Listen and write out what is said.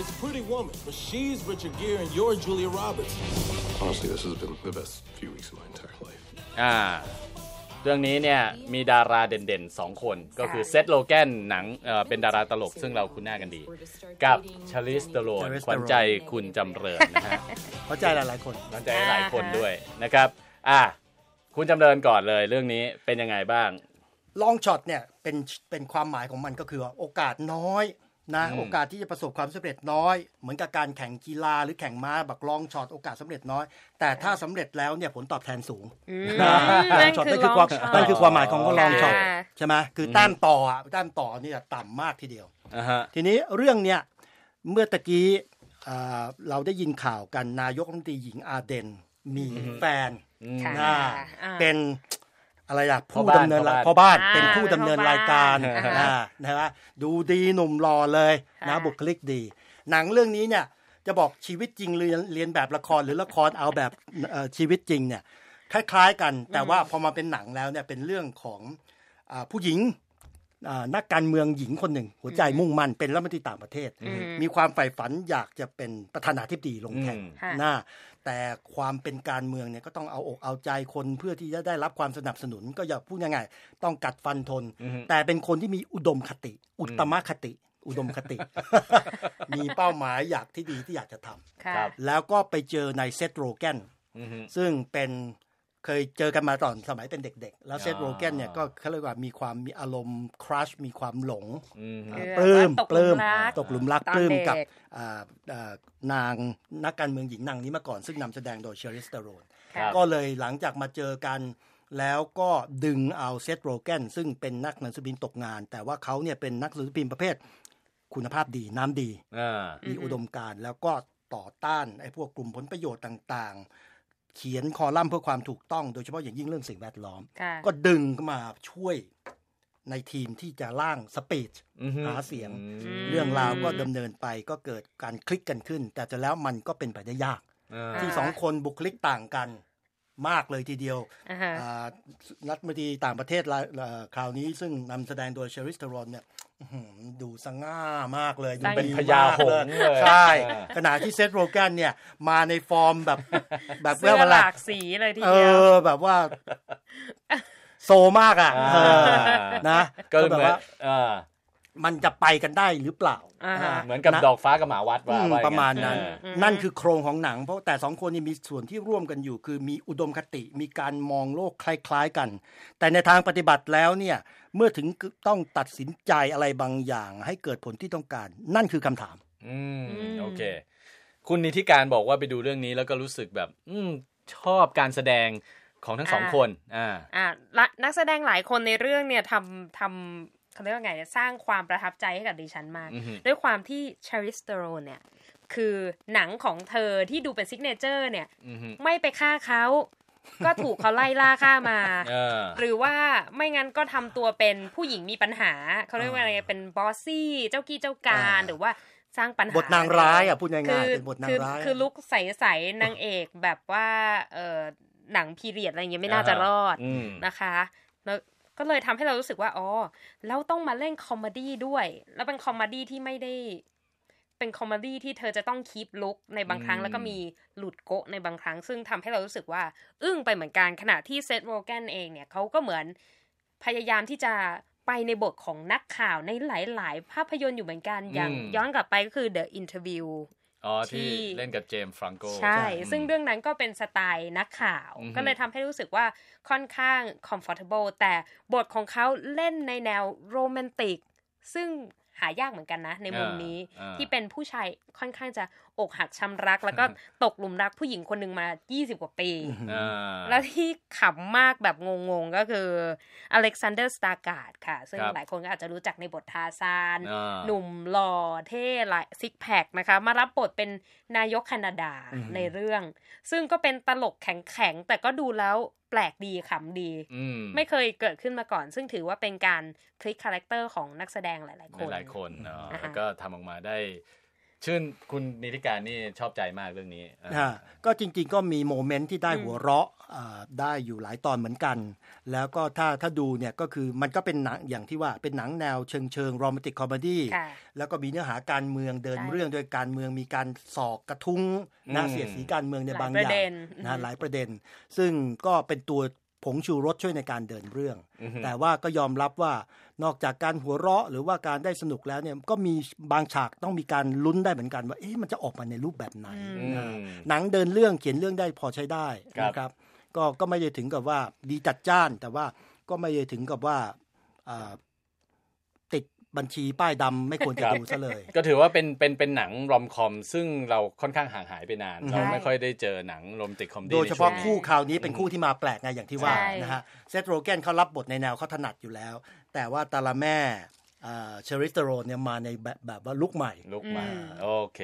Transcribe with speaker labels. Speaker 1: It's Pretty Woman, but she's Richard Gere and you're Julia Roberts.
Speaker 2: Honestly, this has been the best few weeks of my entire life.
Speaker 3: อ่าเรื่องนี้เนี่ยมีดาราเด่นๆ 2 คนก็คือเซธโลแกนหนังเอ่อเป็นดาราตลกซึ่งเราคุ้นหน้ากันดี กับชลิสเตโลน
Speaker 4: Charlize
Speaker 3: ขวัญใจคุณจำเริญนะฮะ
Speaker 4: เข้าใจหลายๆคน
Speaker 3: ขวัญใจหลายคนด้วยนะครับ อ่ะ คุณจำเริญก่อนเลยเรื่องนี้เป็นยังไงบ้าง
Speaker 4: ลองช็อตเนี่ยเป็นเป็นความหมายของมันก็คือว่าโอกาสน้อยนะโอกาสที่จะประสบความสำเร็จน้อย เหมือนกับการแข่งกีฬาหรือแข่งม้าแบบลองช็อตโอกาสสำเร็จน้อย แต่ถ้าสำเร็จแล้วเนี่ยผลตอบแทนสูง
Speaker 5: นั่
Speaker 4: ลอง
Speaker 5: น
Speaker 4: ช็อต
Speaker 5: คือ
Speaker 4: นั่นคือความ
Speaker 5: long shot
Speaker 4: นั่นคือความหมายของลองช็อต
Speaker 5: ค่ะ
Speaker 4: ใช่ไหมคือแต้มต่ออ่ะแต้มต่อเนี่ยต่ำมากทีเดียว
Speaker 3: อ่าฮะ
Speaker 4: ทีนี้เรื่องเนี่ยเมื่อตะกี้อ่าเราได้ยินข่าวกันนายกรัฐมนตรีหญิงอาเดนมีแฟน
Speaker 5: ค่ะ
Speaker 4: อ่า
Speaker 5: อ่า
Speaker 4: เป็นอะไรล่ะ
Speaker 3: พ่อ
Speaker 4: ผู้
Speaker 3: บ้าน
Speaker 4: ดำเนินราย
Speaker 3: พ่
Speaker 4: พ่
Speaker 3: อ
Speaker 4: อ
Speaker 3: บ้า
Speaker 4: บ้าน น
Speaker 5: อ่า
Speaker 4: เป็นผู้ดำเนินรายการ
Speaker 5: เป็นพ่อบ้าน
Speaker 4: อ่านะฮะดูดีหนุ่มหล่อเลยนะ
Speaker 5: ค่ะ
Speaker 4: บุคลิกดี หนังเรื่องนี้เนี่ยจะบอกชีวิตจริงเรียนเรียนแบบละครหรือละครเอาแบบเอ่อชีวิตจริงเนี่ยคล้ายๆกันแต่ว่าพอมาเป็นหนังแล้วเนี่ยเป็นเรื่องของอ่าผู้หญิงอ่านักการเมืองหญิงคนหนึ่ง หัวใจมุ่งมั่นเป็นรัฐมนตรีต่างประเทศ มีความใฝ่ฝันอยากจะเป็นประธานาธิบดีลงแข่ง
Speaker 3: อืม
Speaker 5: ค่ะ
Speaker 4: หน้าแต่ความเป็นการเมืองเนี่ยก็ต้องเอาอกเอาใจคนเพื่อที่จะได้รับความสนับสนุนก็อย่าพูดง่ายๆต้องกัดฟันทน แต่เป็นคนที่มีอุดมคติ อุตตมคติ อุดมคติ มีเป้าหมายอยากที่ดีที่อยากจะทำ
Speaker 5: ค่ะ
Speaker 3: ครับ
Speaker 4: แล้วก็ไปเจอในเซตโรแกน
Speaker 3: อือฮึ
Speaker 4: ซึ่งเป็นเคยเจอกันมาตอนสมัยเป็นเด็ก ๆ แล้วเซต
Speaker 3: อ่า
Speaker 4: โรแกนเนี่ยก็เขาเรียกว่ามีความมีอารมณ์ครัชมีความหลง
Speaker 3: อืม
Speaker 5: เออ
Speaker 4: ปลื้ม
Speaker 5: ว่าตก
Speaker 4: ปลื้ม
Speaker 5: หลุมรัก
Speaker 4: ตกหลุมรัก
Speaker 5: ตอน
Speaker 4: ปลื้มกับ
Speaker 5: เด็ก
Speaker 4: อ่าอ่านางนักการเมืองหญิงนางนี้มาก่อน ซึ่งนำแสดงโดยเชอริสเตโรน
Speaker 3: ครับ
Speaker 4: ก็เลยหลังจากมาเจอกัน แล้วก็ดึงเอาเซธโรแกนซึ่งเป็นนักหนังสือพิมพ์ตกงาน แต่ว่าเขาเนี่ยเป็นนักหนังสือพิมพ์ประเภท คุณภาพดีน้ำดี
Speaker 3: อ่า
Speaker 4: มีอุดมการณ์แล้วก็ต่อต้านไอ้พวกกลุ่มผลประโยชน์ต่างๆ เขียนคอลัมน์เพื่อความถูกต้องโดยเฉพาะอย่างยิ่งเรื่องสิ่งแวดล้อม
Speaker 5: ค่ะ
Speaker 4: ก็ดึงเข้ามาช่วยในทีมที่จะร่างสปีช
Speaker 3: อือฮึ
Speaker 4: หาเสียง
Speaker 5: อืม
Speaker 4: เรื่องราวก็ดำเนินไปก็เกิดการคลิกกันขึ้น แต่จะแล้วมันก็เป็นไปได้ยาก
Speaker 3: อ่า
Speaker 5: อ่า
Speaker 4: ที่สองคนบุคลิกต่างกันมากเลยทีเดียว
Speaker 5: อ่าฮะ
Speaker 4: อ่ารัฐมนตรีต่างประเทศรายเอ่อคราวนี้ซึ่งนำแสดงโดยเชอริสเทรอนเนี่ยอื้อหือดูสง่ามากเลยดู
Speaker 3: เป็น
Speaker 4: ดี
Speaker 3: พญาม
Speaker 4: ก
Speaker 3: หงส์เลย
Speaker 4: ใช่
Speaker 3: อ่า
Speaker 4: ขณะที่เซธโรแกนเนี่ยมาในฟอร์มแบบ แบบ
Speaker 5: เสื้อ
Speaker 4: ว่า
Speaker 5: ห
Speaker 4: เวา
Speaker 5: ลากสีเลยที
Speaker 4: เอ
Speaker 5: เดียว
Speaker 4: อแบบว่า โซมากอ่ะเออนะ
Speaker 3: ก็
Speaker 4: ก็
Speaker 3: เหมือบ น
Speaker 4: แบว่า
Speaker 3: อ่า
Speaker 4: มันจะไปกันได้หรือเปล่า
Speaker 5: อ่าฮะ
Speaker 3: เหมือนกับ
Speaker 4: ะ
Speaker 3: ดอกฟ้ากับหมาวัด
Speaker 4: อื
Speaker 3: ว่าม ว่อย่ง
Speaker 4: ประมาณนั้น
Speaker 3: เออ
Speaker 4: นั่นคือโครงของหนัง เพราะแต่สองคนนี่มีส่วนที่ร่วมกันอยู่ คือมีอุดมคติมีการมองโลกคล้าย ๆกัน แต่ในทางปฏิบัติแล้วเนี่ย เมื่อถึงต้องตัดสินใจอะไรบางอย่าง ให้เกิดผลที่ต้องการ นั่นคือคำถาม
Speaker 3: อืม
Speaker 5: อืม
Speaker 3: โอเค คุณนิธิการบอกว่าไปดูเรื่องนี้แล้วก็รู้สึกแบบ อืมชอบการแสดงของทั้งสองคน อ่า
Speaker 5: อ่ะและนักแสดงหลายคนในเรื่องเนี่ยทำทำเขาเรียกว่าไงเนี่ยสร้างความประทับใจให้กับดิฉันมาก
Speaker 3: อือฮึ
Speaker 5: ด้วยความที่ชาริสเตโรนเนี่ย คือหนังของเธอที่ดูเป็นซิกเนเจอร์เนี่ย
Speaker 3: อือฮึ
Speaker 5: ไม่ไปฆ่าเขา ก็ถูกเขาไล่ล่าฆ่ามา
Speaker 3: เออ
Speaker 5: หรือว่าไม่งั้นก็ทำตัวเป็นผู้หญิงมีปัญหา เขาเรียกว่าอะไรเป็นบอสซี่ เจ้ากี้เจ้าการ
Speaker 4: อ่า
Speaker 5: หรือว่าสร้างปัญหา
Speaker 4: บทนางร้ายอ่ะพูดง่ายๆเป็นบทนาง
Speaker 5: คือ
Speaker 4: ร้าย
Speaker 5: คือลุกใสๆนางเอกแบบว่าเออหนังพีเรียดอะไรอย่างเงี้ยไม่น่าจะรอด
Speaker 3: อืม
Speaker 5: นะคะแล้วก็เลยทำให้เรารู้สึกว่าอ๋อแล้วต้องมาเล่นคอมเมดี้ด้วย แล้วเป็นคอมเมดี้ที่ไม่ได้ เป็นคอมเมดี้ที่เธอจะต้องคีปลุกในบางครั้ง
Speaker 3: อืม
Speaker 5: แล้วก็มีหลุดโกะในบางครั้ง ซึ่งทำให้เรารู้สึกว่า อึ้งไปเหมือนกันขณะที่เซธโรแกนเองเนี่ยเขาก็เหมือนพยายามที่จะไปในบทของนักข่าวในหลาย ๆ ภาพยนตร์อยู่เหมือนกันอย่าง
Speaker 3: อืม
Speaker 5: ย้อนกลับไปก็คือ The Interview
Speaker 3: อ๋อที่
Speaker 5: ที่
Speaker 3: เล่นกับเจมส์ฟรังโก
Speaker 5: ใช่ ซึ่งเรื่องนั้นก็เป็นสไตล์นักข่าว
Speaker 3: อือฮึ
Speaker 5: ก็เลยทำให้รู้สึกว่าค่อนข้าง comfortable แต่บทของเขาเล่นในแนวโรแมนติก ซึ่งหายากเหมือนกันนะ ในมุมนี้ที่เป็นผู้ชายค่อนข้างจะอกหักช้ำรัก แล้วก็ตกหลุมรักผู้หญิงคนหนึ่งมา 20 กว่าปี
Speaker 3: อ่า
Speaker 5: แล้วที่ขำมากแบบงงๆ ก็คืออเล็กซานเดอร์สตาร์การ์ดค่ะ ซึ่งหลายคนก็อาจจะรู้จักในบททาซาน
Speaker 3: อ่า
Speaker 5: หนุ่มหล่อเท่หลายซิกแพคนะคะ มารับบทเป็นนายกแคนาดาในเรื่อง ซึ่งก็เป็นตลกแข็งๆ แต่ก็ดูแล้วแปลกดีขำดี
Speaker 3: อืม
Speaker 5: ไม่เคยเกิดขึ้นมาก่อน ซึ่งถือว่าเป็นการพลิกคาแรคเตอร์ของนักแสดงหลายๆคน
Speaker 3: หลายๆคนเนอะ
Speaker 5: อ่าฮะ
Speaker 3: แล้วก็ทำออกมาได้ ชื่นคุณนิติการนี่ชอบใจมากเรื่องนี้อ่า
Speaker 4: อ่าก็จริงๆก็มีโมเมนต์ที่ได้หัวเราะอ่าได้อยู่หลายตอนเหมือนกัน แล้วก็ถ้าถ้าดูเนี่ยก็คือมันก็เป็นหนังอย่างที่ว่าเป็นหนังแนวเชิงเชิงโรแมนติกคอมเมดี้
Speaker 5: ค่ะ
Speaker 4: แล้วก็มีเนื้อหาการเมืองเดิน
Speaker 5: ใช่
Speaker 4: เรื่องโดวยการเมืองมีการสอกกระทุ้งนะเสียดสีการเมืองในบาง
Speaker 5: ห
Speaker 4: อ
Speaker 5: ลายประ
Speaker 4: ย่า
Speaker 5: เด็
Speaker 4: ง
Speaker 5: นอือฮึ
Speaker 4: นะหลายประเด็น ซึ่งก็เป็นตัวผงชูรสช่วยในการเดินเรื่อง แต่ว่าก็ยอมรับว่านอกจากการหัวเราะหรือว่าการได้สนุกแล้วเนี่ยก็มีบางฉากต้องมีการลุ้นได้เหมือนกันว่าเอ๊ะมันจะออกมาในรูปแบบไหน อ่าหนังเดินเรื่องเขียนเรื่องได้พอใช้ได้
Speaker 3: ครับ
Speaker 4: นะครับ ก็ก็ไม่ได้ถึงกับว่าดีจัดจ้าน แต่ว่าก็ไม่ได้ถึงกับว่าอ่าติดบัญชีป้ายดำไม่ควรจะดูซะเลย
Speaker 3: ก็ถือว่าเป็นเป็นเป็นหนังรอมคอม ซึ่งเราค่อนข้างห่างหายไปนาน เราไม่ค่อยได้เจอหนังโรแมนติกคอมดี้
Speaker 4: โดยเฉพาะ
Speaker 3: ในช่วงนี้
Speaker 4: คู่คราวนี้เป็นคู่ที่มาแปลกไงอย่างที่ว่า
Speaker 5: ใช่
Speaker 4: นะฮะเซธโรแกนเขารับบทในแนวเขาถนัดอยู่แล้ว แต่ว่าตาลาแม่เชอริสเตโรเนี่ยมาในแบบแบบว่าลุกใหม่
Speaker 3: ลุกมา โอเค